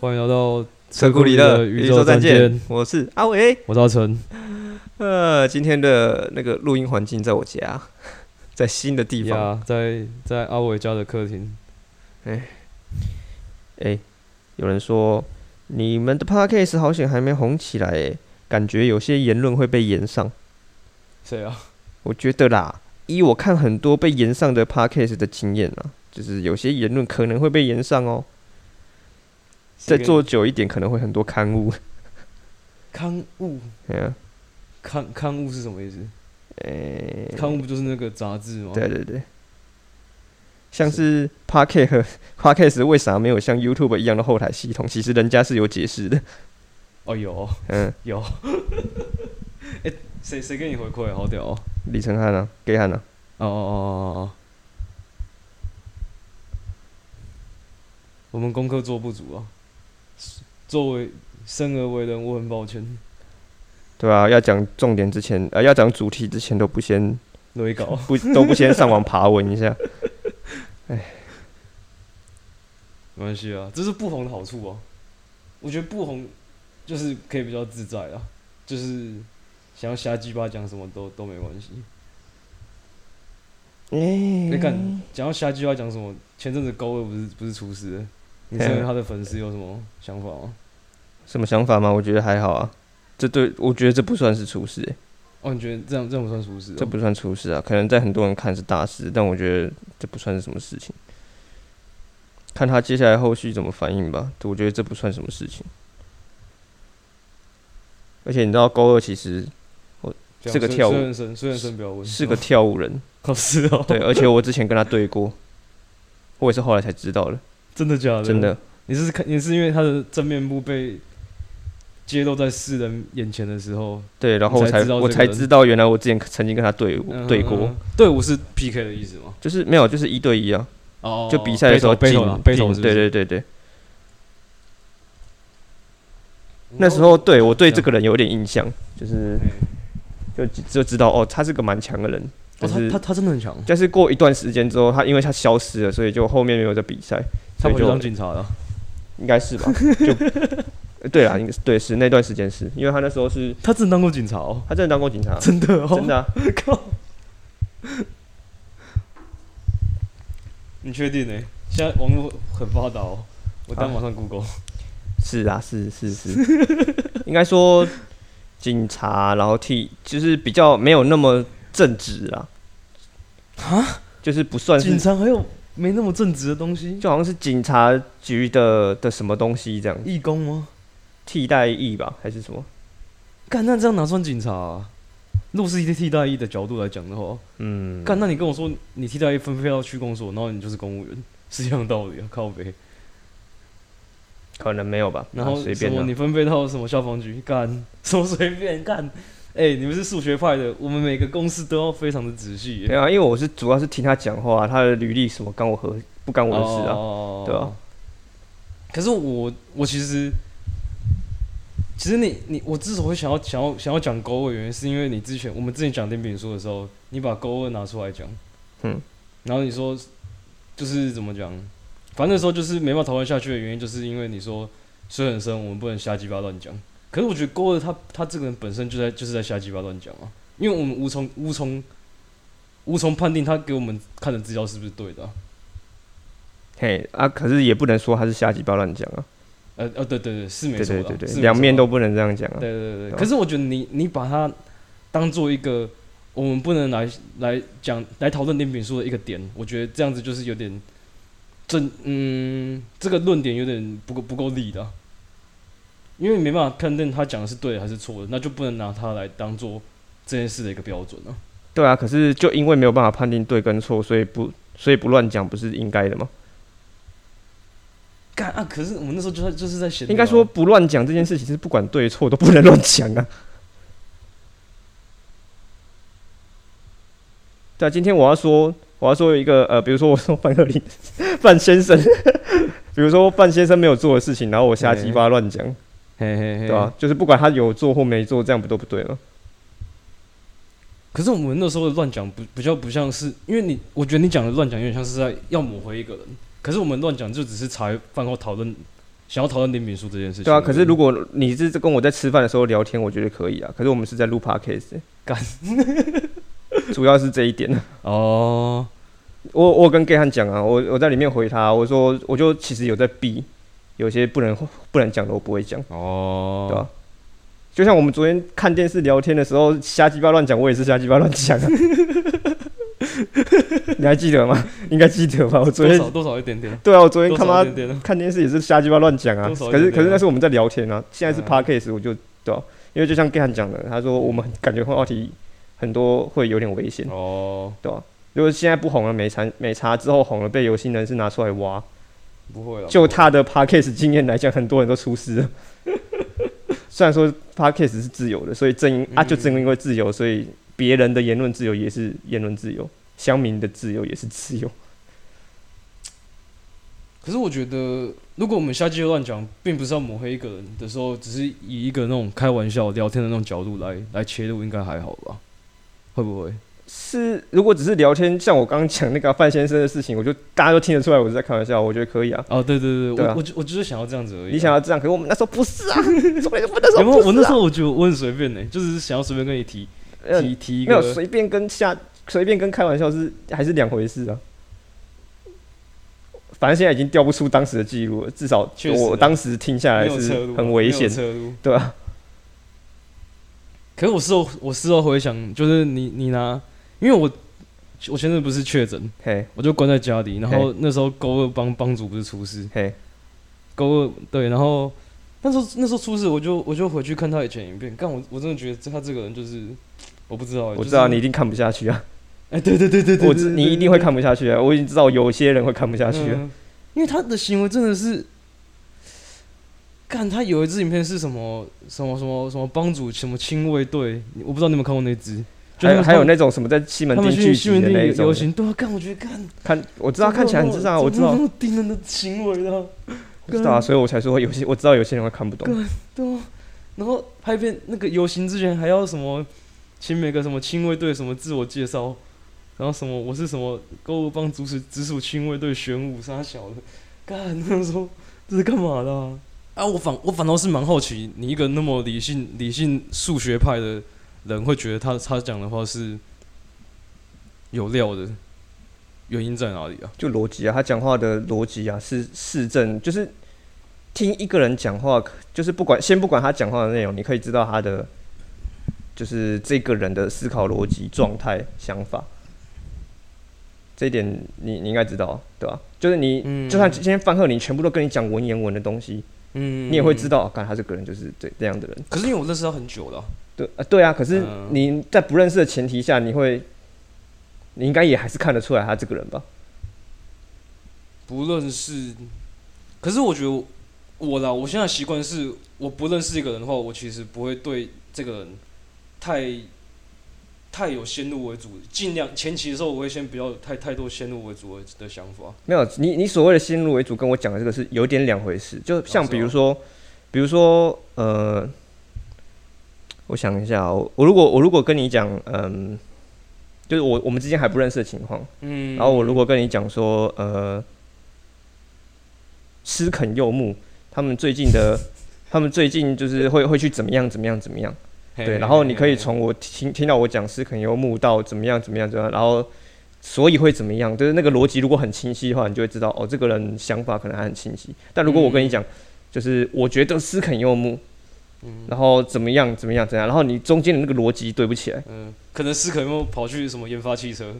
欢迎来到车库里的的宇宇宙宙战战舰舰，我是阿伟。我是阿成，呃，今天的那个录音环境在我家， 在新的地方。呀，在在阿伟家的客厅，哎、有人说你们的 podcast 好险还没红起来，哎，感觉有些言论会被延上。谁啊？我觉得啦，依我看很多被延上的 podcast 的经验啊，就是有些言论可能会被延上哦。再做久一点，可能会很多刊物。 刊物，哎呀刊刊物是什么意思？哎刊物不就是那个杂志吗？对对对，像是 Pocket 和 Pocket 为啥没有像 YouTube 一样的后台系统？其实人家是有解释的。哦，有嗯， 有。哎，谁谁给你回馈？好屌哦！李承翰啊，给翰啊，哦哦哦哦哦。我们功课做不足啊，作为生而为人，我很抱歉，对吧、要讲重点之前，呃，要讲主题之前都不先累稿。不都不先上网爬文一下。没关系啊，这是不红的好处啊。我觉得不红就是可以比较自在啊，就是想要瞎鸡巴讲什么都都没关系。哎你看，讲到瞎鸡巴讲什么，前阵子高位不是不是出事了，你身为他的粉丝有什么想法吗？什么想法吗？我觉得还好啊。这对我觉得这不算是出事、欸哦，你觉得这样这样不算出事、这哦？不算出事啊。可能在很多人看是大事，但我觉得这不算是什么事情。看他接下来后续怎么反应吧。我觉得这不算什么事情。而且你知道，高二其实对啊这个虽跳舞虽然生虽然生不要问，是个跳舞人，考试哦，对，而且我之前跟他对过，我也是后来才知道的，真的假的？真的。你是看你是因为他的真面目被揭露在世人眼前的时候，对，然后我你才才知道我这个才人知道，原来我之前曾经跟他对嗯对过，嗯嗯对我是 PK 的意思吗？就是没有，就是一对一啊，哦，就比赛的时候进背头啦背头进是不对是对对对，那时候哦对我对这个人有点印象，就是嘿就就知道哦，他是个蛮强的人，但哦，是、他他他真的很强，但是过一段时间之后，他因为他消失了，所以就后面没有在比赛，他所以跑去就当警察了。应该是吧？ 就呃对啦，应该是对是那段时间是因为他那时候是他真的当过警察哦，他真的当过警察，真的哦，真的、啊，靠！你确定呢、现在网络很发达哦，我当啊马上 Google。是啊，是 是是，应该说警察，然后替就是比较没有那么正直啦，就是不算是警察还有没那么正直的东西？就好像是警察局的的什么东西这样，义工吗？替代役吧还是什么？干，那这样哪算警察、啊？如果是以替代役的角度来讲的话，嗯，干，那你跟我说你替代役分配到区公所，然后你就是公务员，是一样的道理啊，靠北。可能没有吧，然啊后随什便么啦你分配到什么消防局干，什么随便干。哎、你们是数学派的，我们每个公式都要非常的仔细没。有啊，因为我是主要是听他讲话、啊他的履历什么干我何不干我的事啊？哦对啊。可是我我其实，其实你你我之所以想要想要想要讲勾二，原因是因为你之前我们之前讲电饼书的时候，你把勾二拿出来讲，嗯，然后你说就是怎么讲，反正那时候就是没办法讨论下去的原因，就是因为你说水很深，我们不能瞎鸡巴乱讲。可是我觉得勾二他他这个人本身就在就是在瞎鸡巴乱讲啊，因为我们无从无从无从判定他给我们看的资料是不是对的啊、嘿啊，可是也不能说他是瞎鸡巴乱讲啊，呃呃，对对对，是没对错对的，对是没对，两面错都的不能这样讲啊。对对对对对。吧可是我觉得你你把它当做一个我们不能来来讲来讨论点评书的一个点，我觉得这样子就是有点正嗯，这个论点有点不够不够力的啊，因为你没办法判定他讲的是对的还是错的，那就不能拿它来当做这件事的一个标准啊。对啊，可是就因为没有办法判定对跟错，所以不所以不乱讲不是应该的吗？干啊！可是我们那时候就在就是在啊写，应该说不乱讲这件事情是不管对错都不能乱讲啊。对啊，今天我要说，我要说有一个呃，比如说我说范克林范先生， 比如说范先生没有做的事情，然后我瞎鸡巴乱讲，嘿嘿嘿，对吧、啊就是不管他有做或没做，这样不都不对吗？啊可是我们那时候的乱讲不比较不像是，因为你我觉得你讲的乱讲有点像是在要抹回一个人，可是我们乱讲就只是茶余饭后讨论想要讨论点敏书这件事情。对啊，可是如果果你是跟我在吃饭的时候聊天，我觉得可以啊。可是我们是在录 podcast，欸 干， 主要是这一点。啊哦，我我有跟 Gay 汉讲啊，我我在里面回他，啊我说我就其实有在避，有些不能不能讲的我不会讲，哦，对啊就像我们昨天看电视聊天的时候，瞎鸡巴乱讲，我也是瞎鸡巴乱 讲啊。你还记得吗？应该记得吧？我昨多天少多少一点点，对啊，我昨天多他少妈一点点啊， 看电视也是瞎鸡巴乱讲啊多。少一可是点点啊可是那是我们在聊天啊，现在是嗯 podcast，我就对、啊，因为就像 Gay 汉讲的，他说我们感觉话题很多会有点危险，哦，对吧、如果现在不红了，没差没差，之后红了被有心人士拿出来挖，哦不会了，就不会啦他的 podcast 经验来讲，很多人都出师了。 虽然说 podcast 是自由的，所以正因啊，嗯就正因为自由，所以别人的言论自由也是言论自由，乡民的自由也是自由。可是我觉得，如果我们瞎鸡巴乱讲，并不是要抹黑一个人的时候，只是以一个那种开玩笑、聊天的那种角度来来切入，应该还好吧？会不会？是，如果只是聊天，像我刚刚讲那个范先生的事情，我就大家都听得出来我是在开玩笑，我觉得可以啊。哦，对对对，对啊我我就我就是想要这样子而已啊、你想要这样，可是我们那时候不是啊， 重点是 我那时候有没有？不是、啊。我那时候我觉得我很随便呢、就是想要随便跟你提呃提提一没有个。随便跟下随便跟开玩笑是还是两回事啊。反正现在已经调不出当时的记录了，至少确实啊我当时听下来没有是侧路啊，很危没有险，侧路。对啊，可是我事后我事后回想，就是你你拿，因为我我前阵子不是确诊，嘿，我就关在家里，然后那时候勾二帮帮主不是出事，嘿，勾二对，然后那时候那时候出事，我就我就回去看他以前影片，但我我真的觉得他这个人就是我不知道欸、我知就道是你一定看不下去啊，哎、对对 对对对，我对知你一定会看不下去啊，我已经知道有些人会看不下去啊，嗯因为他的行为真的是，看他有一支影片是什么什么什么什么帮主什么亲卫队，我不知道你们看过那支，就还他有们还有那种什么在西门他町们去聚西集门的町那一游种游，行，对啊，干我觉得干，看我知道看起来很智障啊，我知怎道么，那么低能的行为啊，我知道啊，所以我才说有些我知道有些人会看不懂，对啊，然后拍片那个游行之前还要什么，请每个什么亲卫队什么自我介绍，然后什么我是什么购物帮主使直属亲卫队玄武杀小的，干那时候这是干嘛的啊？啊我反我反倒是蛮好奇，你一个那么理性理性数学派的人，会觉得他他讲的话是有料的，原因在哪里啊？就逻辑啊，他讲话的逻辑啊，是市政，就是听一个人讲话，就是不管先不管他讲话的内容，你可以知道他的就是这个人的思考逻辑、状态、想法。这一点你你应该知道，对吧、就是你、嗯就算今天范赫你全部都跟你讲文言文的东西，嗯你也会知。道，看、他这个人就是这这样的人。可是因为我认识他很久了啊、对啊，对啊。可是嗯你在不认识的前提下，你会，你应该也还是看得出来他这个人吧？不论是，可是我觉得我啦，我现在习惯是，我不认识一个人的话，我其实不会对这个人太太有先入为主，尽量前期的时候我会先不要太太多先入为主的的想法。没有，你你所谓的先入为主，跟我讲的这个是有点两回事。就像哦比如说，比如说，呃，我想一下、哦，我如果我如果跟你讲，嗯、就是我我们之间还不认识的情况，嗯，然后我如果跟你讲说，呃，施肯柚木他们最近的，他们最近就是会会去怎么样怎么样怎么样，嘿对，然后你可以嘿嘿从我听听到我讲施肯柚木到怎么样怎么样怎么样，然后所以会怎么样，就是那个逻辑如果很清晰的话，你就会知道哦，这个人想法可能还很清晰。但如果我跟你讲，就是我觉得施肯柚木，然后怎么样怎么样怎样，然后你中间的那个逻辑对不起来，嗯，可能是可能跑去什么研发汽车，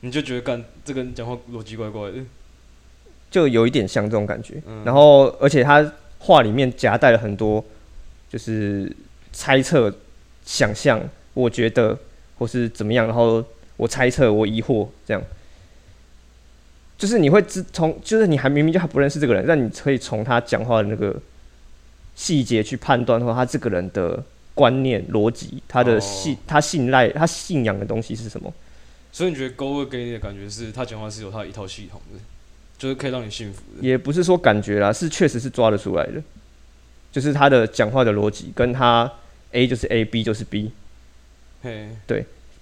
你就觉得干这个人讲话逻辑怪怪的。就有一点像这种感觉。嗯然后而且他话里面夹带了很多就是猜测、想象，我觉得或是怎么样，然后我猜测、我疑惑这样。就是你会自从，就是你还明明就还不认识这个人，但你可以从他讲话的那个细节去判断说他这个人的观念、逻辑，他的哦信、他信赖、他信仰的东西是什么。所以你觉得勾二给你的感觉是他讲话是有他一套系统的，就是可以让你信服的。也不是说感觉啦，是确实是抓得出来的，就是他的讲话的逻辑跟他 A 就是 A，B 就是嘿，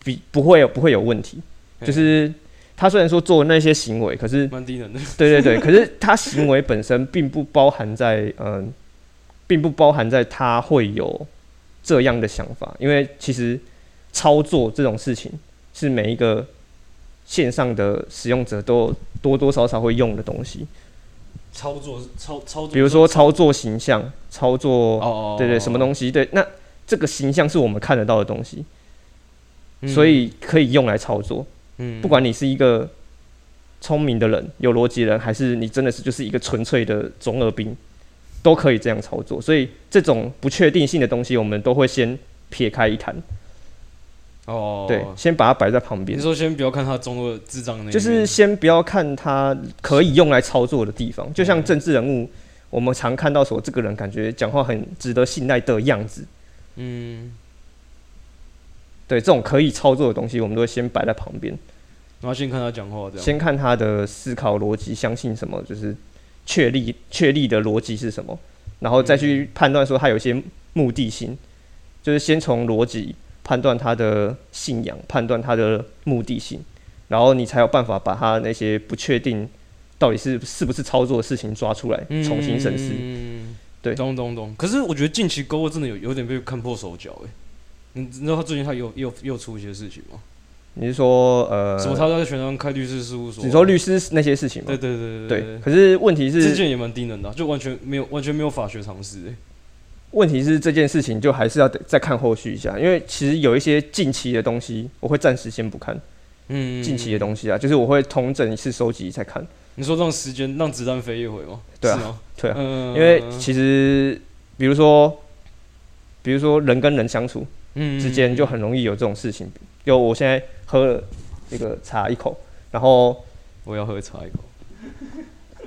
B，不会有不会有问题，嘿就是他虽然说做那些行为，可 是蛮低能的。对对对，可是他行为本身并不包含在嗯、并不包含在他会有这样的想法，因为其实操作这种事情是每一个线上的使用者都多多少少会用的东西，操作操操作，比如说操作形象、操哦作哦，对对什么东西，对，那这个形象是我们看得到的东西，所以可以用来操作。嗯不管你是一个聪明的人、有逻辑的人，还是你真的是就是一个纯粹的中二病，都可以这样操作。所以这种不确定性的东西，我们都会先撇开一谈，哦，对，先把它摆在旁边你，说先不要看他中二智障那一面，就是先不要看它可以用来操作的地方。就嗯像政治人物，我们常看到说这个人感觉讲话很值得信赖的样子，嗯，对，这种可以操作的东西，我们都会先摆在旁边。然后先看他讲话这样。先看他的思考逻辑，相信什么，就是确立确立的逻辑是什么，然后再去判断说他有一些目的性，就是先从逻辑判断他的信仰，判断他的目的性，然后你才有办法把他那些不确定到底是是不是操作的事情抓出来，嗯重新审视。对懂懂懂。可是我觉得近期勾二真的有有点被看破手脚哎、你你知道他最近他又又又出一些事情吗？你是说呃，什么他在全台湾开律师事务所？啊你说律师那些事情吗？对？对对对对，可是问题对，这是，件也蛮低能的啊、就完全没有完全没有法学常识、欸。问题是这件事情就还是要得再看后续一下，因为其实有一些近期的东西，我会暂时先不看。嗯，近期的东西啊，就是我会同整一次收集再看。你说让时间让子弹飞一回吗？对啊是吗对啊，嗯，因为其实比如说，比如说人跟人相处之之间就很容易有这种事情。嗯就我现在喝了那个茶一口，然后我要喝茶一口。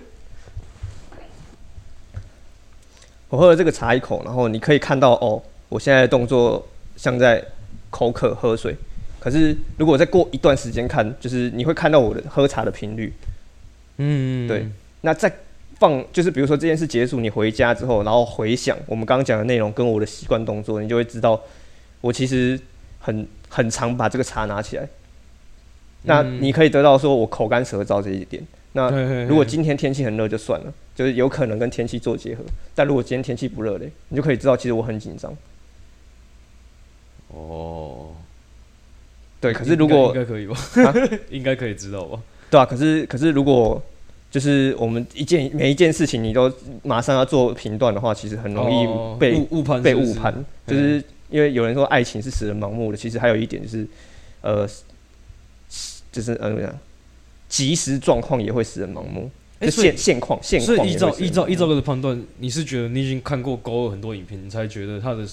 我喝了这个茶一口，然后你可以看到哦，我现在的动作像在口渴喝水。可是如果再过一段时间看，就是你会看到我的喝茶的频率。嗯，对那再放，就是比如说这件事结束，你回家之后，然后回想我们刚刚讲的内容跟我的习惯动作，你就会知道，我其实很很常把这个茶拿起来。那嗯你可以得到说我口干舌燥这一点。那嘿嘿嘿如果今天天气很热就算了，就是有可能跟天气做结合。但如果今天天气不热嘞，你就可以知道其实我很紧张。哦，对，可是如果应啊该可以吧？ 应该可以知道吧？对啊，可是可是如果就是我们一件每一件事情你都马上要做评断的话，其实很容哦易被误误判被是不误是判，就是因为有人说爱情是使人盲目的，其实还有一点就是，呃，就是呃，怎么讲即时状况也会使人盲目，哎就所以现现况现所况以也依会照使人依照盲依照目这个判断，你是觉得你已经看过狗耳很多影片，你才觉得他的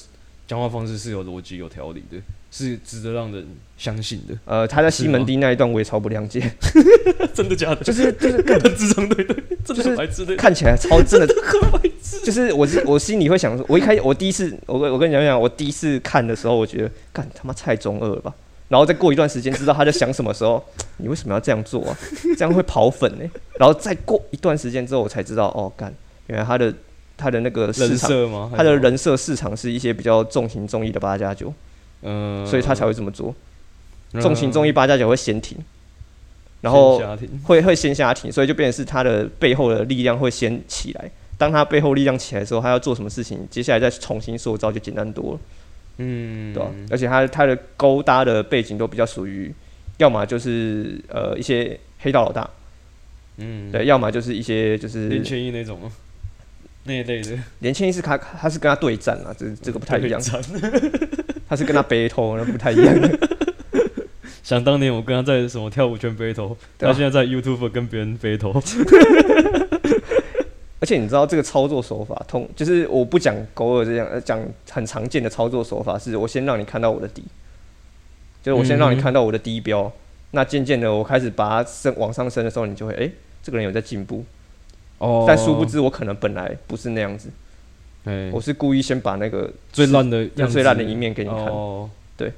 讲话方式是有逻辑、有条理的，是值得让人相信 的。呃，他在西门吗町那一段我也超不谅解，真的假的？就是 就是跟智障对对， 真就是白痴对。看起来 超真的很白痴。就是我是我心里会想说，我一开我第一次我跟我跟你讲讲，我第一次看的时候，我觉得干他妈太中二了吧。然后再过一段时间，知道他在想什么时候，你为什么要这样做啊？这样会跑粉呢、然后再过一段时间之后，我才知道哦，干，原来他的他的那个市人场，设吗？他的人设市场是一些比较重情重义的八加九，嗯，所以他才会这么做。重情重义八加九会先停，然后先家啊庭会会先下停，所以就变成是他的背后的力量会先起来。当他背后力量起来的时候，他要做什么事情，接下来再重新塑造就简单多了，嗯，对吧、而且他他的勾搭的背景都比较属于，要么就是呃一些黑道老大，嗯，对，要么就是一些就是林千一那种啊，那一类的连千一是他他是跟他对战啊，这这个不太一样，惨他是跟他 battle 那不太一样。 想当年我跟他在什么跳舞圈 battle，对他啊现在在 YouTube 跟别人 battle。而且你知道这个操作手法，通就是我不讲狗耳这样，呃，讲很常见的操作手法是，我先让你看到我的底，就是我先让嗯你哼看到我的低标，那渐渐的我开始把它升往上升的时候，你就会哎、诶这个人有在进步，哦但殊不，知我可能本来不是那样子， 哎我是故意先把那个最烂的样子最烂的一面给你看，哦，对，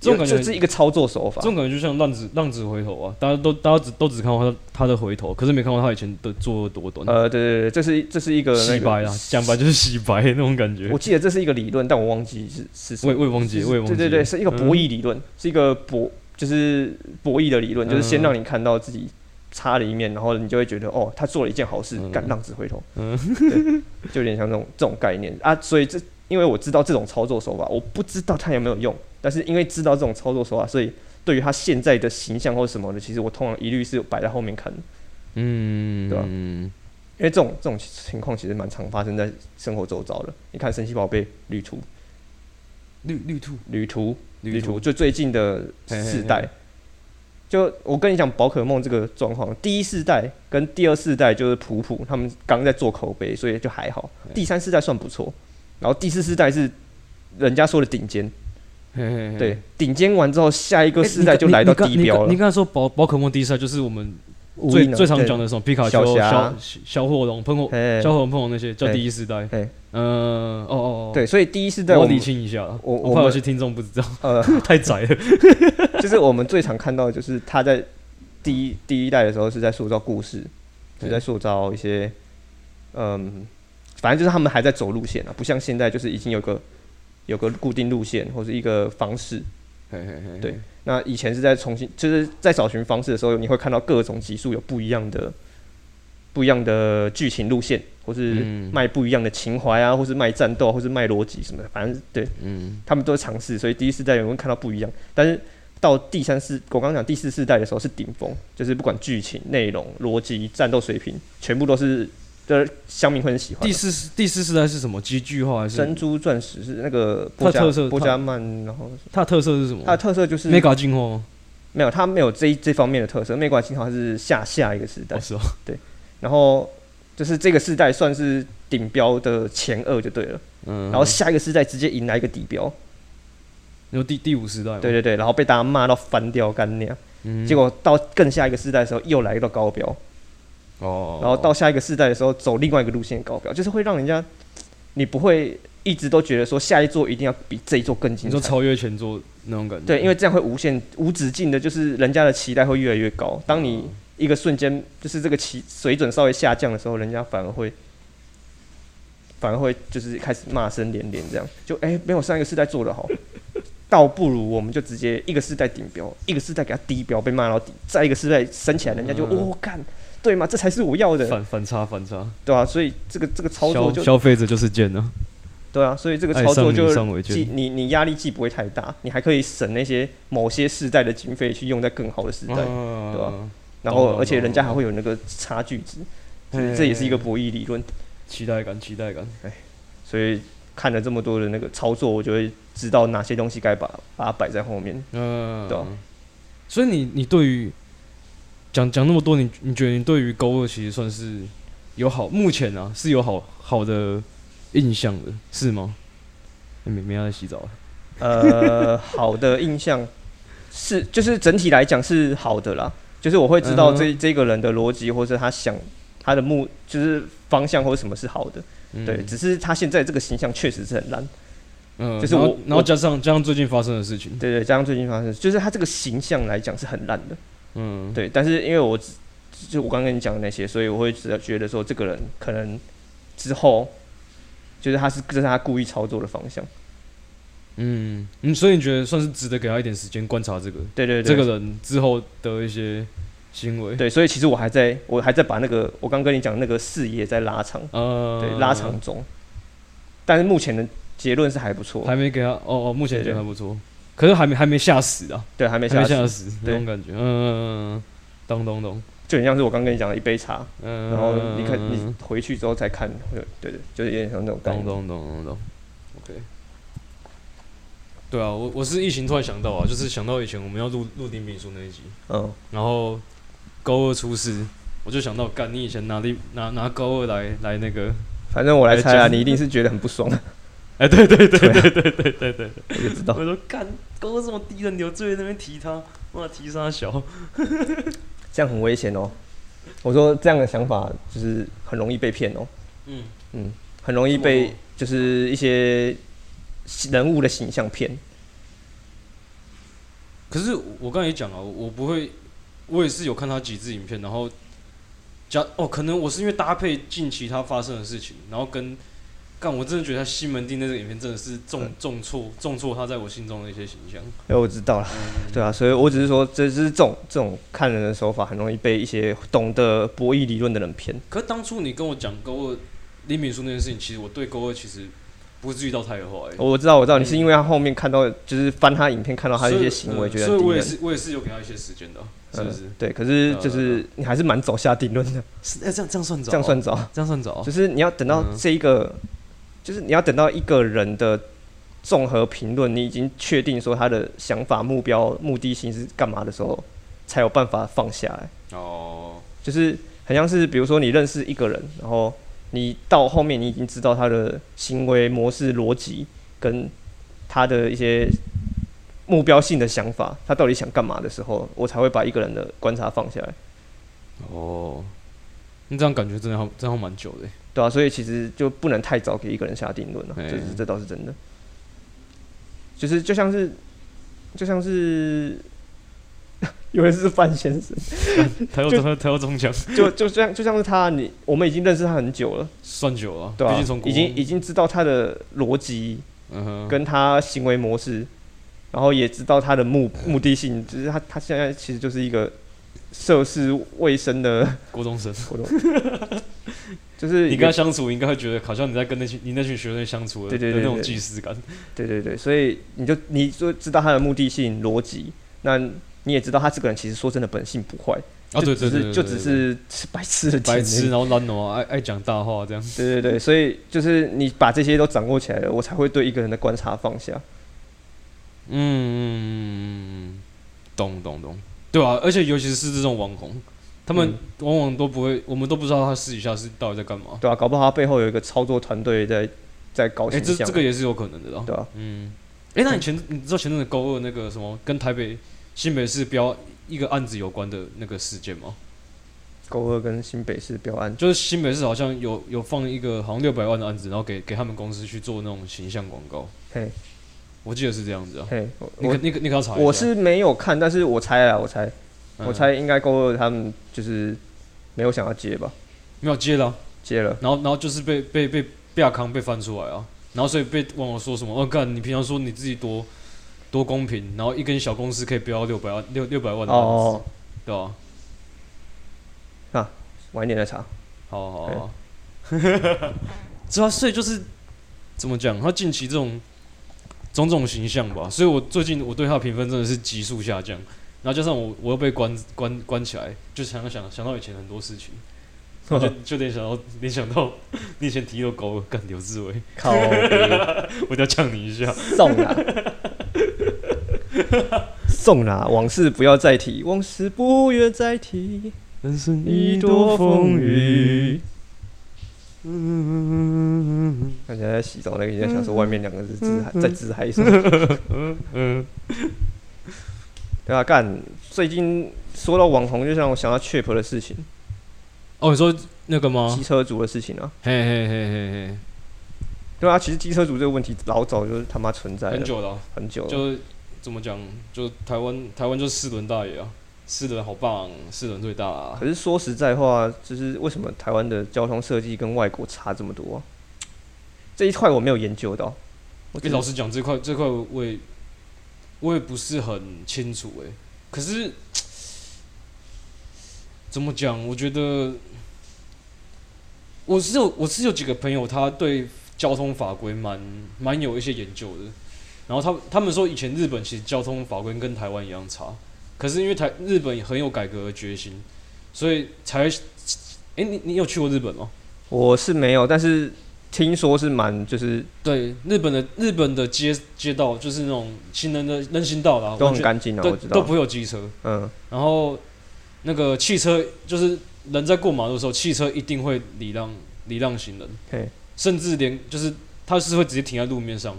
这种感这觉是一个操作手法这，种感觉就像浪子浪子回头啊，大家都大家只都只看过他他的回头，可是没看过他以前的作恶多端，呃，对对对，这是这是一个那洗白个啊，，讲白就是洗白那种感觉我。记得这是一个理论，但我忘记是是什我么也我也忘记，嗯是我也忘记。对对对，是一个博弈理论，是一个博就是博弈的理论，就是先嗯让你看到自己差的一面，然后你就会觉得哦，他做了一件好事，嗯干浪子回头，对，就有点像这种这种概念啊。所以这因为我知道这种操作手法，我不知道它有没有用，但是因为知道这种操作手法，所以对于他现在的形象或什么的，其实我通常一律是摆在后面看的，嗯，对啊嗯，因为这种这种情况其实蛮常发生在生活周遭的。你看神奇宝贝旅途，绿绿兔，旅途旅绿兔途，就最近的世嘿嘿代嘿。就我跟你讲，宝可梦这个状况，第一世代跟第二世代就是普普，他们刚在做口碑，所以就还好。第三世代算不错，然后第四世代是人家说的顶尖，嘿嘿嘿对，顶尖完之后，下一个欸世代就来到你刚低标你刚你了。刚才说宝宝可梦第一赛就是我们无最印啊最常对讲的什么皮卡小丘、霞小小火龙、喷火、哎小火龙、喷火那些叫嘿第一世代嘿。嗯，哦哦，哦，对，所以第一世我代要我理们清一下啊，我我我怕有们些听众不知道， 呃，太窄了。就是我们最常看到，就是他在第一第一代的时候是在塑造故事，对是在塑造一些，嗯，反正就是他们还在走路线啊，不像现在就是已经有个有个固定路线或是一个方式。对对，那以前是在重新，就是在找寻方式的时候，你会看到各种集数有不一样的不一样的剧情路线，或是嗯卖不一样的情怀啊，或是卖战斗，或是卖逻辑什么的，反正对。嗯，他们都尝试，所以第一世代有人看到不一样，但是到第三世，我刚刚讲第四世代的时候是顶峰，就是不管剧情、内容、逻辑、战斗水平，全部都是就是乡民会很喜欢第的。四世第四世代是什么？集聚化还珍是？珠钻石是那个波它的特色加波加曼，然后它的特色是什么它的特色就是？mega 进化吗？没有，它没有这一这方面的特色。美管幸好它是下下一个时代哦，，是哦，然后就是这个世代算是顶标的前二就对了，嗯，然后下一个世代直接迎来一个底标，然后第第五世代嘛，对对对，然后被大家骂到翻掉干娘。嗯，结果到更下一个世代的时候，又来到高标，哦，然后到下一个世代的时候，走另外一个路线的高标，就是会让人家你不会一直都觉得说下一座一定要比这一座更你精说彩。超越前作那种感觉，对，因为这样会无限无止境的，就是人家的期待会越来越高。当哦你一个瞬间就是这个期水准稍微下降的时候，人家反而会反而会就是开始骂声连连，这样就哎、没有上一个世代做得好，倒不如我们就直接一个世代顶标，一个世代给他低标被骂到底，再一个世代升起来，人家就嗯哦干、对吗？这才是我要的，哦反反差反差，对啊？所以这个这个操作消就消费者就是贱啊，对啊，所以这个爱操作上就你上为既贱，你你压力既不会太大，你还可以省那些某些世代的经费去用在更好的时代，对吧吧？然懂后懂而且人家懂还会有那个差距值，嘿这这也是一个博弈理论。期待感，期待感。所以看了这么多的那个操作，我就会知道哪些东西该把把它摆在后面。嗯，对啊所以你你对于讲讲那么多，你你觉得你对于勾二其实算是有好，目前啊是有好好的印象的，是吗？嗯欸、没没要在洗澡啊， 呃，好的印象是就是整体来讲是好的啦，就是我会知嗯道这、这个人的逻辑，或者他想他的目就是方向或者什么是好的。嗯对，，只是他现在这个形象确实是很烂。嗯，就是然后我然后加上加上最近发生的事情，对对，加上最近发生，就是他这个形象来讲是很烂的。嗯，对，但是因为我只就我刚跟你讲的那些，所以我会只觉得说这个人可能之后就是他是这是他故意操作的方向。嗯嗯，所以你觉得算是值得给他一点时间观察这个对对对，这个人之后的一些行为，对，所以其实我还在我还在把那个我刚跟你讲的那个视野在拉长，呃，对，拉长中。但是目前的结论是还不错，还没给他，哦哦，目前觉对对得还不错，可是还没还没吓死啊，对，还没还下没去，吓死那对种感觉，嗯嗯嗯，嗯懂懂懂，就很像是我刚跟你讲的一杯茶，嗯，然后你看你嗯回去之后再看，会有对对，就是有点像那种感懂觉。懂懂懂懂，OK。对啊，我我是疫情突然想到啊，就是想到以前我们要录录丁炳书那一集，嗯，然后高二出事，我就想到，干你以前拿力拿拿高二来来那个，反正我来猜啊，哎讲你一定是觉得很不爽，哎、对对对对对对对对，我就知道我。说干高二这么低的，你又最那边提他，哇提他小，这样很危险哦。我说这样的想法就是很容易被骗哦，嗯，嗯，很容易怎被么就是一些人物的形象骗。可是我刚才也讲了，我我不会，我也是有看他几支影片，然后加哦，可能我是因为搭配近期他发生的事情，然后跟干，我真的觉得他西门町那个影片真的是重重挫重挫他在我心中的一些形象。哎、我知道了，嗯，对啊，所以我只是说，这是这种这种看人的手法，很容易被一些懂得博弈理论的人骗。可是当初你跟我讲勾二李敏书那件事情，其实我对勾二其实不至于到太有怀疑。我知道，我知道，你嗯是因为他后面看到，就是翻他影片看到他一所以些行为，嗯觉得所以很低我也能。是我也是有给他一些时间的啊，是不是？嗯嗯？对，可是就对是你还是蛮早下定论的，是哎，这样这样算早，这样算早，这样算早啊就，是你要等到哦嗯这一个，就是你要等到一个人的综合评论，你已经确定说他的想法、目标、目的性是干嘛的时候，才有办法放下来。哦，就是很像是，比如说你认识一个人，然后你到后面你已经知道他的行为模式、逻辑跟他的一些目标性的想法，他到底想干嘛的时候，我才会把一个人的观察放下来。哦，那这样感觉真的要真的要蛮久的欸。对啊，所以其实就不能太早给一个人下定论了、啊哎这是这倒是真的。就是就像是就 像是有人是范先生，他要就他他要中奖，就就像就像是他，你我们已经认识他很久了，算久了啊，对吧、毕竟从国已经已经知道他的逻辑嗯哼跟他行为模式，然后也知道他的目嗯目的性，就是他他现在其实就是一个涉世未深的国中生，活动， 就是你一跟个他相处，应该会觉得好像你在跟那群你那群学生相处的对的对那对种对既视感。对对对，所以你就你就知道他的目的性、逻辑，那你也知道他这个人其实说真的本性不坏啊，对对就对，只是对就对只对是吃白痴的白贱而痴，啊已。然后懒惰，爱爱讲大话这样。对对对，所以就是你把这些都掌握起来了，我才会对一个人的观察放下。嗯嗯嗯，懂懂懂，对啊，而且尤其是这种网红，他们嗯往往都不会，我们都不知道他私底下是到底在干嘛。对啊，搞不好他背后有一个操作团队在在搞哎、形这象。这个也是有可能的啦。对啊，嗯，哎、那你前你知道前阵子高二那个什么跟台北新北市标一个案子有关的那个事件吗？勾二跟新北市标案，就是新北市好像有有放一个好像六百万的案子，然后给给他们公司去做那种形象广告，嘿我记得是这样子啊。嘿，我你可我你可你可要查一下。我是没有看，但是我猜啊，我猜嗯我猜应该勾二他们就是没有想要接吧，没有接了啊、接了。然后然后就是被被被被亚康被翻出来啊，然后所以被网友说什么，哦干，你平常说你自己多多公平，然后一根小公司可以标六百万六六百万的案子，哦，对吧、啊？晚一点再查。好好好，哎 主要哦所以就是怎么讲，他近期这种种种形象吧，所以我最近我对他的评分真的是急速下降，然后加上我我又被关关关起来，就想想想到以前很多事情，就 就联想到联想到你以前提到狗干刘志伟， 靠北，我一定要呛你一下。送啦，送啦，往事不要再提，往事不愿再提，人生一多风雨。看起来在洗澡那个，你在想说外面两个字自嗨，在自嗨什么？嗯，对啊，干，最近说到网红，就让我想到 Chip 的事情，哦，你说那个吗机？车族的事情啊。嘿嘿嘿嘿对啊，其实机车族这个问题老早就是他妈存在嘿，了很久了啊、很久了，就怎么讲，就台湾台湾就四轮大爷啊，四轮好棒，四轮最大、啊可。是说实在话，就是为什么台湾的交通设计跟外国差这么多啊、这一块我没有研究到，我跟只老实讲，这块这块我也我也不是很清楚哎、可是怎么讲？我觉得我是有我是有几个朋友，他对交通法规蛮蛮有一些研究的。然后他他们说，以前日本其实交通法规跟台湾一样差，可是因为台日本很有改革的决心，所以才会。哎、你你有去过日本吗？我是没有，但是听说是蛮就是对，日本的日本的街街道就是那种行人的人行道啦，哦都完很全干净啊，都我知都道不。会有机车，嗯，然后那个汽车就是人在过马路的时候，汽车一定会礼让礼让行人，嘿，甚至连就是它是会直接停在路面上，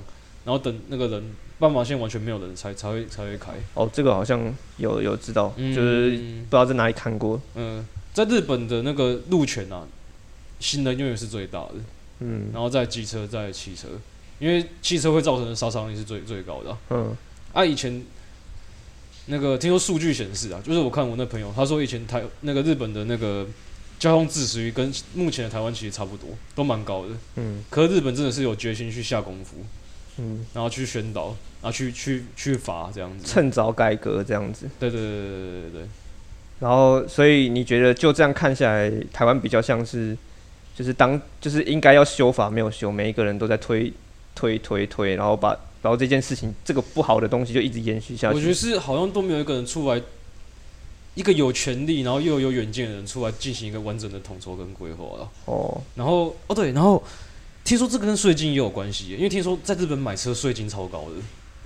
然后等那个人斑马线完全没有人才才会才会开，哦，这个好像有有知道，嗯、就是不知道在哪里看过。嗯、在日本的那个路权啊，行人永远是最大的，嗯然后再机车再汽车，因为汽车会造成的杀伤力是最最高的啊、嗯，啊，以前那个听说数据显示啊，就是我看我那朋友他说以前台那个日本的那个交通自食于跟目前的台湾其实差不多，都蛮高的。嗯可是日本真的是有决心去下功夫，嗯，然后去宣导，然后去去去罚这样子。趁早改革这样子。对对对对对对对，然后，所以你觉得就这样看下来，台湾比较像是，就是当就是应该要修法没有修，每一个人都在推推推推，然后把然后这件事情这个不好的东西就一直延续下我觉得去。是好像都没有一个人出来，一个有权利然后又有远见的人出来进行一个完整的统筹跟规划了。哦，然后哦对，然后听说这个跟税金也有关系耶，因为听说在日本买车税金超高的。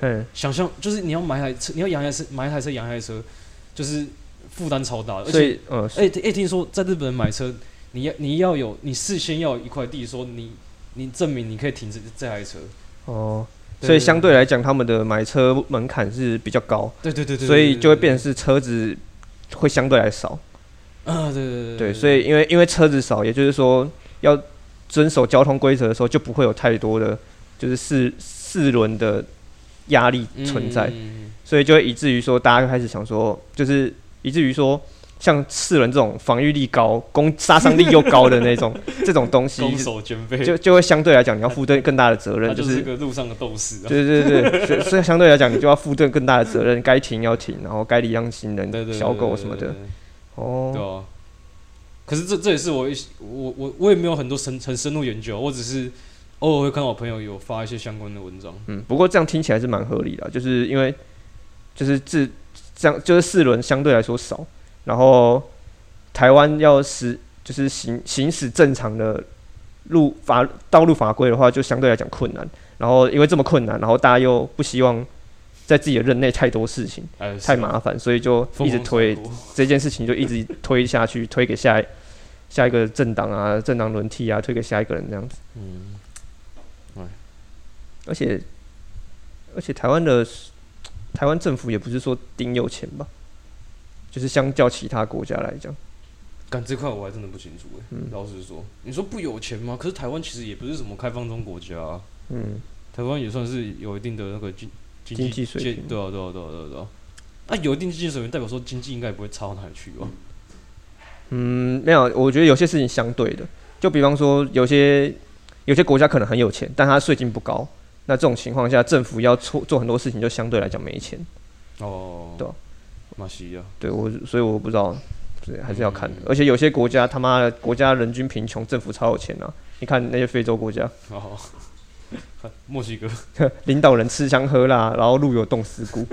嗯，想象就是你要买台车，你要养一台车，买一台车养一台车，就是负担超大的。而所且，以呃，哎、哎、听说在日本买车，你要你要有你事先要有一块地，说你你证明你可以停这这台车。哦，对所以相对来讲，他们的买车门槛是比较高，对对对对，所以就会变成成是车子会相对来少。啊，对对对对，所以因为因为车子少，也就是说要遵守交通规则的时候，就不会有太多的就是四四轮的压力存在，嗯所以就会以至于说大家开始想说，就是以至于说像四轮这种防御力高、攻杀伤力又高的 那种这种东西攻，守兼备，就就会相对来讲你要负担更大的责他 任，就就是是个路上的斗士啊。对对对对，所以所以相对来讲，你就要负担更大的责任，该停要停，然后该礼让行对对人、对小狗什么的。，对对对对哦，对啊。可是这这也是我一我我我也没有很多深很深入研究，我只是偶尔会看我朋友有发一些相关的文章。嗯，不过这样听起来是蛮合理的啊，就是因为就是自这样就是四轮相对来说少，然后台湾要实就是行行驶正常的路法道路法规的话，就相对来讲困难。然后因为这么困难，然后大家又不希望在自己的任内太多事情哎，太麻烦，所以就疯一狂直推传播这件事情就一直推下去，推给下一下一个政党啊，政党轮替啊，推给下一个人这样子。嗯，而且而且台湾的台湾政府也不是说丁有钱吧，就是相较其他国家来讲，干这块我还真的不清楚哎、嗯老实说，你说不有钱吗？可是台湾其实也不是什么开放中国家、啊，嗯，台湾也算是有一定的那个经经经济水界平对啊，对啊，对啊，对啊，对啊。那、有一定经济水平，代表说经济应该也不会差到哪里去吧？嗯，没有，我觉得有些事情相对的，就比方说有些有些国家可能很有钱，但它税金不高，那这种情况下，政府要做做很多事情就相对来讲没钱。哦，对啊，马西亚，对我，所以我不知道，对，还是要看的嗯。而且有些国家他妈的国家人均贫穷，政府超有钱啊！你看那些非洲国家， 哦，墨西哥，领导人吃香喝辣，然后路有冻死骨。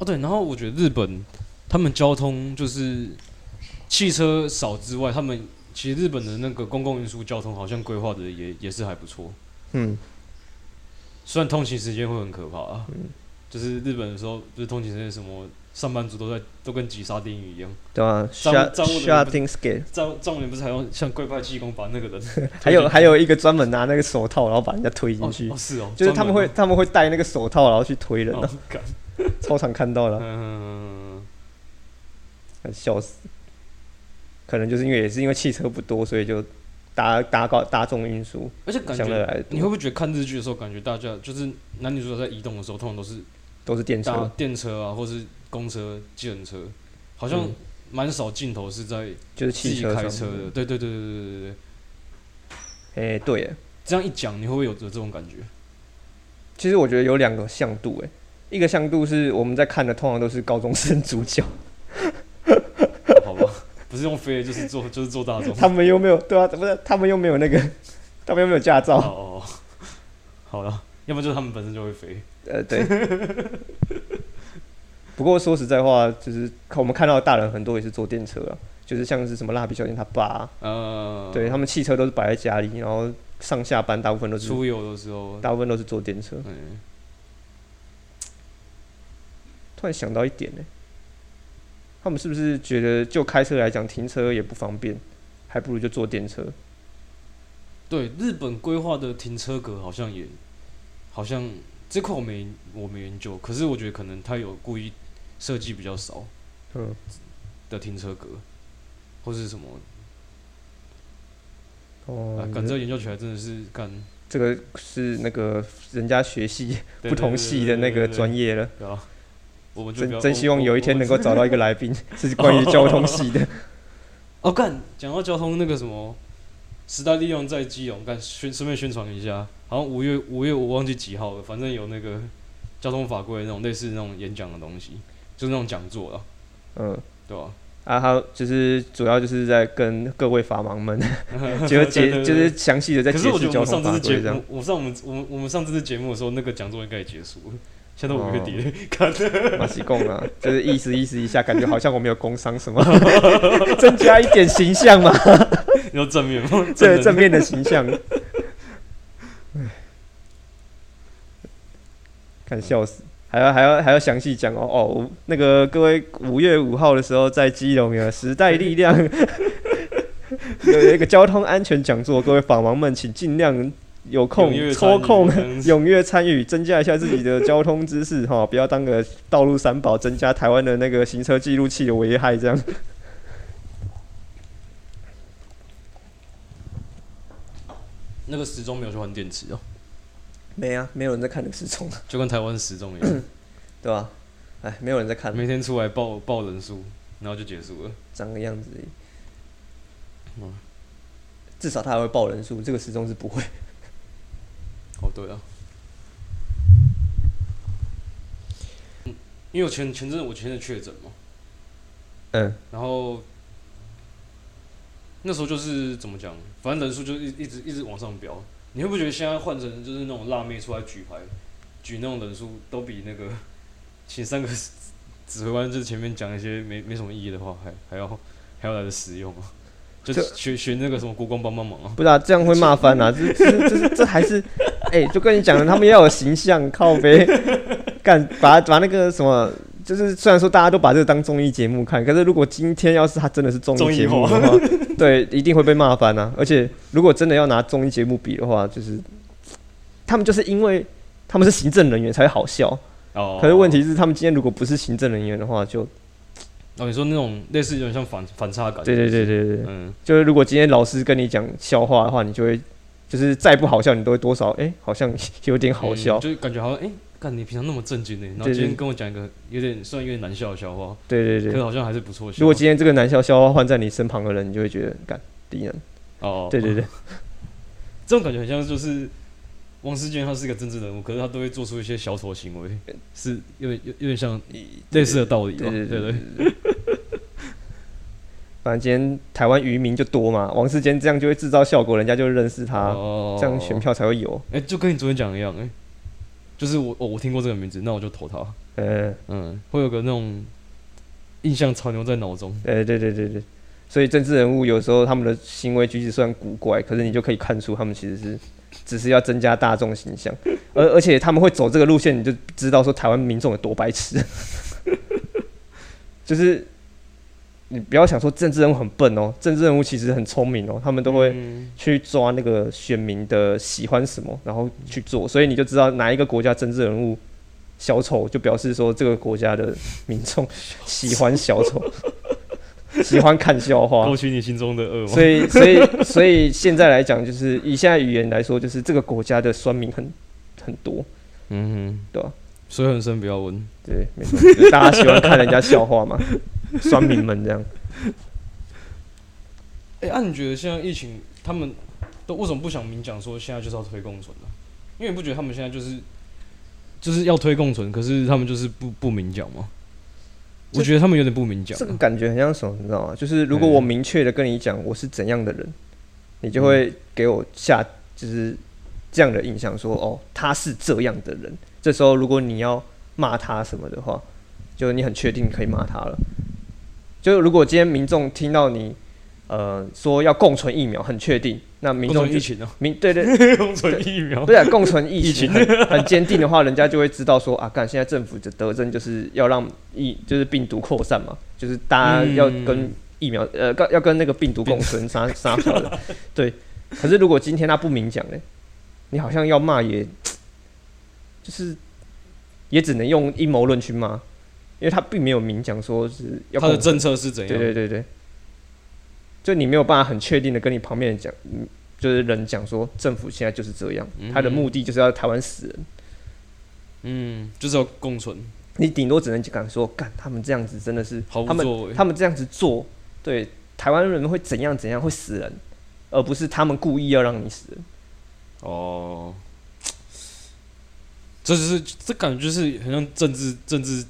哦对，然后我觉得日本他们交通就是汽车少之外，他们其实日本的那个公共运输交通好像规划的也也是还不错。嗯，虽然通勤时间会很可怕、啊，嗯就是日本的时候，就是通勤时间什么上班族都在都跟挤沙丁鱼一样，对啊吧账？Shut 账务的人 shut 不 things get。丈丈人不是还用像跪拜济公把那个人 还有还有一个专门拿那个手套，然后把人家推进哦去哦，是哦，就是他们会专他们会戴那个手套，然后去推人门啊哦，，干 超常看到的啊，嗯，笑死。可能就是因为也是因为汽车不多，所以就搭搭高大众运输而且感相对觉来得你会多不会觉得看日剧的时候，感觉大家就是男女主角在移动的时候，通常都是都是电搭车，电车啊，或是公车、计程车，好像嗯蛮少镜头是在就是自汽己车开上。车的，对对对对对对对对，哎，对耶，这样一讲，你会不会有有这种感觉？其实我觉得有两个向度，哎，一个向度是我们在看的，通常都是高中生主角，好 吧，不是用飞的，就是坐，就是坐大众。他们又没有对啊，不是他们又没有那个，他们又没有驾照，哦，好了，要么就是他们本身就会飞。呃，对。不过说实在话，就是看我们看到的大人很多也是坐电车啊，就是像是什么蜡笔小新他爸啊、呃，对，他们汽车都是摆在家里，然后上下班大部分都是出游的时候，大部分都是坐电车。嗯，突然想到一点呢、他们是不是觉得就开车来讲停车也不方便，还不如就坐电车？对，日本规划的停车格好像也，好像这块我没我没研究，可是我觉得可能他有故意设计比较少嗯，的停车格，或是什么，哦啊，，嗯感觉研究起来真的是干这个是那个人家学系对不同系的那个专业了。对啊。我们就不真要真我希望我有一天我能够找到一个来宾是关于交通系的。哦，干，讲到交通那个什么，时代力量在基隆，干宣顺便宣传一下，好像五月五月我忘记几号了，反正有那个交通法规那种类似那种演讲的东西，就是那种讲座了，嗯，对吧、啊，他就是主要就是在跟各位法 盲们就解，对对对就是详细的在可是解我觉释得交我们上通次法节规这样目。，我上我们我们我们上次的节目的时候，那个讲座应该也结束了，现在哦都五月底了， 看马西贡啊，就是意思意思一下，感觉好像我没有工 伤什么，增加一点形象嘛，要正面 吗？这能正面的形象。唉看笑死，还要还要还要详细讲哦哦，我那个各位五月五号的时候在基隆有时代力 量有有一个交通安全讲座，各位法盲们请尽量有空踊跃参与抽空这 样子踊跃参与，增加一下自己的交通知识哈，不要当个道路三宝，增加台湾的那个行车记录器的危害这样。那个时钟没有去换电池哦，没啊，没有人在看那个时钟，就跟台湾时钟一嗯样，啊对吧、哎，没有人在看，每天出来报报人数，然后就结束了。长个样子而已嗯至少他还会报人数，这个时钟是不会。哦，对啊。因为我前前阵子我前阵子确诊嘛，嗯，然后那时候就是怎么讲，反正人数就一一直一直往上飙。你会不会觉得现在换成就是那种辣妹出来举牌，举那种人数都比那个请三个指挥官就是前面讲一些没没什么意义的话还还要还要来的实用啊？就这学学那个什么国光帮帮忙啊！不知道、这样会骂翻 啊！这这这这还是， 哎、就跟你讲了，他们要有形象，靠呗， 干把把那个什么，就是虽然说大家都把这个当综艺节目看，可是如果今天要是他真的是综艺节目的话，对，一定会被骂翻啊！而且如果真的要拿综艺节目比的话，就是他们就是因为他们是行政人员才会好笑，哦，可是问题是他们今天如果不是行政人员的话，就哦，你说那种类似有点像反反差感，对对对对对对。嗯，就是如果今天老师跟你讲笑话的话，你就会就是再不好笑，你都会多少哎、好像 有点好嗯。笑就是感觉好像哎，干、你平常那么正经呢，然后对对今天跟我讲一个有点虽然有点难笑的笑话，对对可对是，好像还是不错笑。如果今天这个难笑笑话换在你身旁的人，你就会觉得干敌人。哦，对对对，这种感觉很像就是王世坚，他是一个政治人物，可是他都会做出一些小丑行为，是有点有有点像类似的道理吧？对对对对，反正今天台湾渔民就多嘛，王世坚这样就会制造效果，人家就会认识他，哦这样选，票才会有。哎、就跟你昨天讲的一样，哎、就是我、哦、我听过这个名字，那我就投他，呃，嗯，会有个那种印象残留在脑中。哎对对对对对，所以政治人物有时候他们的行为举止虽然古怪，可是你就可以看出他们其实是只是要增加大众形象，而而且他们会走这个路线，你就知道说台湾民众有多白痴。 就是你不要想说政治人物很笨哦，政治人物其实很聪明哦，他们都会嗯去抓那个选民的喜欢什么，然后去做，所以你就知道哪一个国家政治人物小丑，就表示说这个国家的民众喜欢小丑，喜欢看笑话勾。起你心中的恶所魔。以，所以，所以现在来讲，就是以现在语言来说，就是这个国家的酸民很很多，嗯哼，对吧、水很深，不要问。对，没错，就是大家喜欢看人家笑话嘛，酸民们这样。哎、按、你觉得现在疫情，他们都为什么不想明讲说现在就是要推共存呢、因为你不觉得他们现在就是就是要推共存，可是他们就是不不明讲吗？这我觉得他们有点不明讲啊这。个感觉很像什么，你知道吗？就是如果我嗯明确的跟你讲我是怎样的人，你嗯就会给我下就是这样的印象说哦，他是这样的人。这时候如果你要骂他什么的话，就你很确定可以骂他了。就如果今天民众听到你呃说要共存疫苗，很确定，那民共众存就疫 情啊，民对对共存疫苗不。是啊共存疫情很很坚定的话，人家就会知道说啊，干现在政府的德政就是要让疫就是病毒扩散嘛，就是大家嗯要跟疫苗、呃跟要跟那个病毒共存啥啥小的，对。可是如果今天他不明讲呢，你好像要骂也，就是也只能用阴谋论去骂，因为他并没有明讲说是 要他的共政策是怎样？对对对对，就你没有办法很确定的跟你旁边人讲，嗯，就是人讲说政府现在就是这样，他的嗯目的就是要台湾死人，嗯，就是要共存。你顶多只能讲说，干他们这样子真的是毫他无们作为。他们这样子做，对台湾人会怎样怎样会死人，而不是他们故意要让你死人。哦，这就是这感觉就是很像政治政治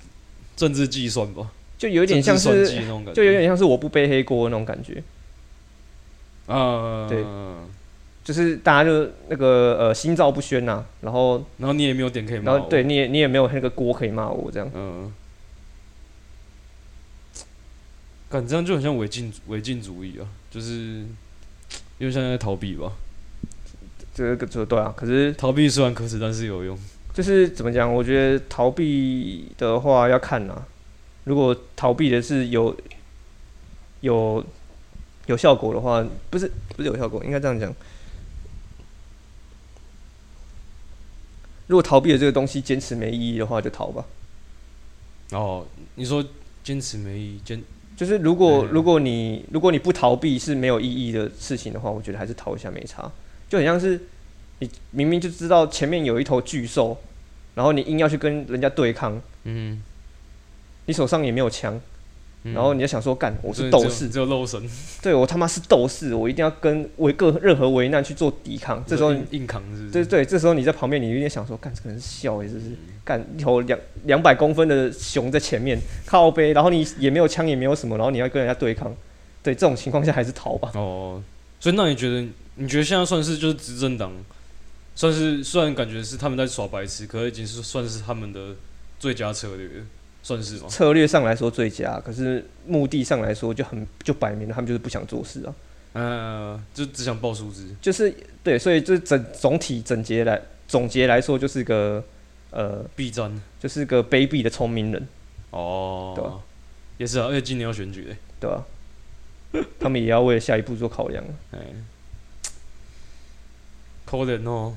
政治计算吧，就有有点像算计是，那种感觉，就有点像是我不背黑锅那种感觉，啊，对就是大家就那个呃心照不宣呐、然后然后你也没有点可以骂然我，后对，你也你也没有那个锅可以骂我这样，嗯，感这样就很像违禁违禁主义啊，就是因为现在在逃避吧，这个这对啊，可是逃避虽然可耻，但是有用。就是怎么讲？我觉得逃避的话要看啦、啊如果逃避的是有有有效果的话，不是不是有效果，应该这样讲。如果逃避的这个东西坚持没意义的话，就逃吧。哦，你说坚持没意义，坚就是如果嗯如果你如果你不逃避是没有意义的事情的话，我觉得还是逃一下没差。就很像是你明明就知道前面有一头巨兽，然后你硬要去跟人家对抗，嗯，你手上也没有枪，嗯然后你就想说，干，我所是以只斗有士，只有肉身，对我他妈是斗士，我一定要跟为各任何危难去做抵抗。这时候你，硬硬扛是不是？对对，这时候你在旁边，你有点想说，干，这个人是笑诶，是不是？干一头两两百公分的熊在前面靠背，然后你也没有枪，也没有什么，然后你要跟人家对抗，对这种情况下还是逃吧。哦，所以那你觉得，你觉得现在算是就是执政党，算是虽然感觉是他们在耍白痴，可是已经是算是他们的最佳策略了，算是吗？策略上来说最佳，可是目的上来说就很就摆明了，他们就是不想做事啊。呃，就只想报数字，就是对，所以这整总体整结来总结来说，就是个呃，避战。就是个卑鄙的聪明人。哦，对啊也是啊，而且今年要选举嘞，对吧、 他们也要为了下一步做考量，啊哎、可怜哦，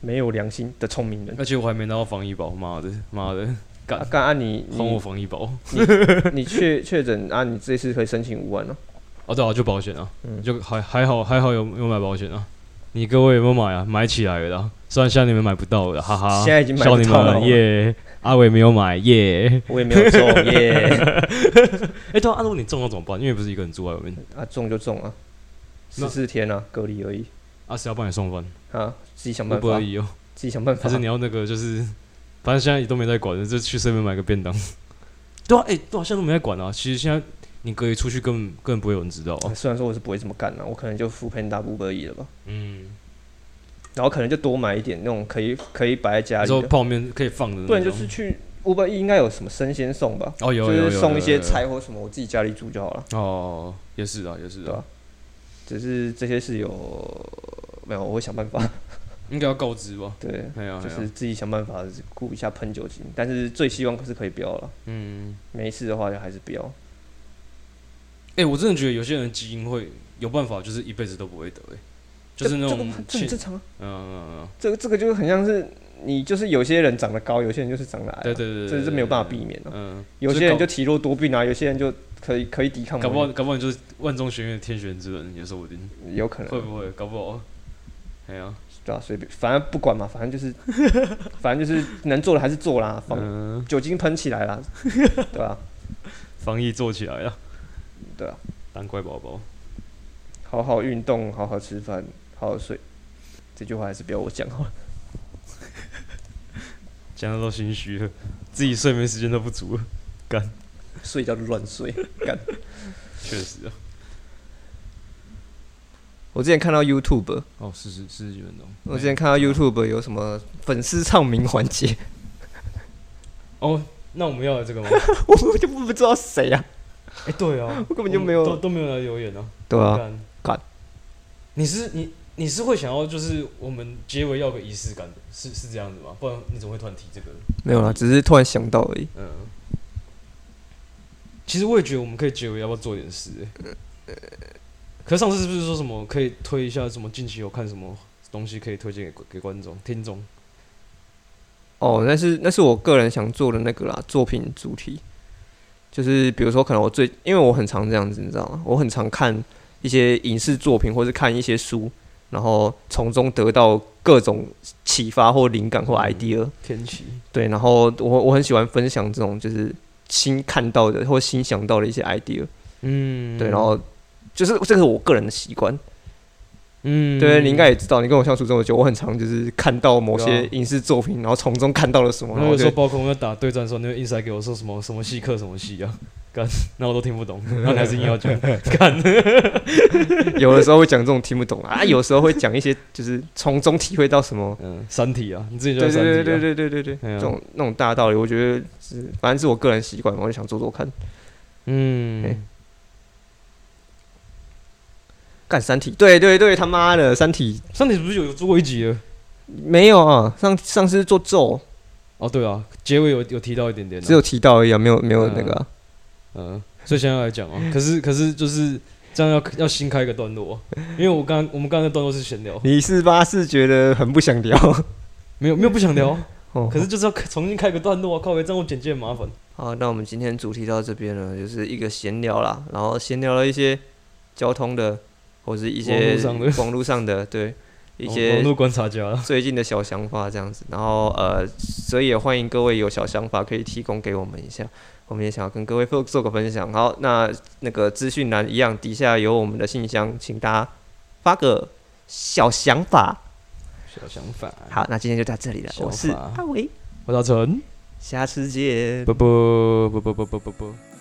没有良心的聪明人。而且我还没拿到防疫包，妈的，妈的，干啊，干啊你还我你防疫包！ 你确确诊啊，你这次可以申请五万哦、哦，对啊，就保险啊，嗯就还还好还好有有买保险啊。你各位有没有买啊？买起来了啦，虽然现在你们买不到了，哈哈。现在已经买笑不你到了们，耶！阿伟没有买耶。我也没有中 耶。哎，对啊，啊如果你中了怎么办？因为不是一个人住在外面，啊，中就中啊，那十四天啊，隔离而已啊，谁要帮你送饭？啊，自己想不办不法而，已哦。自己想办法 还是。你要那个就是，反正现在也都没在管，就去随便买个便当。 对啊，哎，对啊，现在都没在管啊。其实现在你隔离出去，根本根本不会有人知道啊啊。虽然说我是不会这么干啊，我可能就扶陪大步而已了吧，嗯，然后可能就多买一点那种可以可以摆在家之后里的，泡面可以放的那种，不然就是去 Uber E 应该有什么生鲜送吧，哦，有有有就有是送一有些有菜或什么，我自己家里煮就好了。哦，也是啊，也是对啊啊，只是这些是有没有，我会想办法。 应该要告知吧？对，哎呀，就哎呀是自己想办法顾一下喷酒精，但是最希望是可以不要了。嗯，没事的话就还是不要。哎，我真的觉得有些人基因会有办法，就是一辈子都不会得，哎，就是那这这种个这欠很正常啊。嗯嗯嗯这个这个就是很像是你就是有些人长得高，有些人就是长得矮啊、嗯，对对对，这对是没有办法避。免对的、啊。嗯，有些人所就以体弱多病啊，有些人就可以可以抵抗搞某搞不好，一，搞不好你就是万中选一的天选之人，也说不定，有可能会不会？搞不好，哎呀，对啊，随便，反正不管嘛，反正就是 反正就是能做的还是做啦，防、嗯，酒精喷起来啦，对吧、防疫做起来啊，对啊，当乖宝宝。好好运动，好好吃饭，好好睡。这句话还是不要我讲好了。 讲的都心虚了，自己睡眠时间都不足了，睡觉就乱睡。确实啊。我之前看到 YouTube，哦，四十四十几分钟。我之前看到 YouTube 有什么粉丝唱名环节，哦，那我们要来这个吗？ 我就不知道谁啊。哎、对 啊，我根我本就们没有都都没有来留言啊。对啊，干干，你是你你是会想要就是我们结尾要有个仪式感的，是是这样子吗？不然你怎么会突然提这个？没有啦，只是突然想到而已。嗯，其实我也觉得我们可以结尾要不要做点事、欸？可是上次是不是说什么可以推一下什么近期有看什么东西可以推荐给给观众听众？哦，那是那是我个人想做的那个啦，作品主题，就是比如说可能我最，因为我很常这样子，你知道吗？我很常看一些影视作品，或是看一些书，然后从中得到各种启发或灵感或 idea。天启，对，然后我我很喜欢分享这种就是新看到的或新想到的一些 idea，、嗯对，然后就是这个是我个人的习惯，嗯，对，你应该也知道，你跟我相处这么久，我很常就是看到某对些啊嗯影视作品，然后从中看到了什么，然然后后有时就候包括我们要打对战的时候，你会 inside 给我说什么什么戏课什么戏啊， 干，那我都听不 懂，然后你还是硬要讲， 干，有的时候会讲这种听不懂啊，有时候会讲一些就是从中体会到什么，嗯，三体啊，你自己 就对在三体、啊，对对对对对对对，哎呀这种那种大道理，我觉得是反正是我个人习惯嘛，我就想做做看。嘿哎嗯，干三体，对对对，他妈的三体三体不是有有做过一集了？没有啊，上上次做咒哦，对啊，结尾有有提到一点点、啊，只有提到而已啊，没有没有那个、啊。嗯，所以现在来讲 啊，可是可是就是这样要要新开一个段落、啊，因为我刚我们刚才段落是闲聊，你是八是觉得很不想聊， 没有没有不想聊 啊，哦可是就是要重新开个段落啊，靠北，这样我简介很麻烦。好，那我们今天主题到这边了，就是一个闲聊啦，然后闲聊了一些交通的，或是一些网络上的网络上的， 对，一网些络观察家啊，最近的小想法这样子。然后呃，所以也欢迎各位有小想法可以提供给我们一下，我们也想要跟各位做做个分享。好，那那个资讯栏一样，底下有我们的信箱，请大家发个小想法。小想法，好，那今天就到这里了，我是想法阿维，我是阿成，下次见。啵啵啵啵啵啵啵啵啵。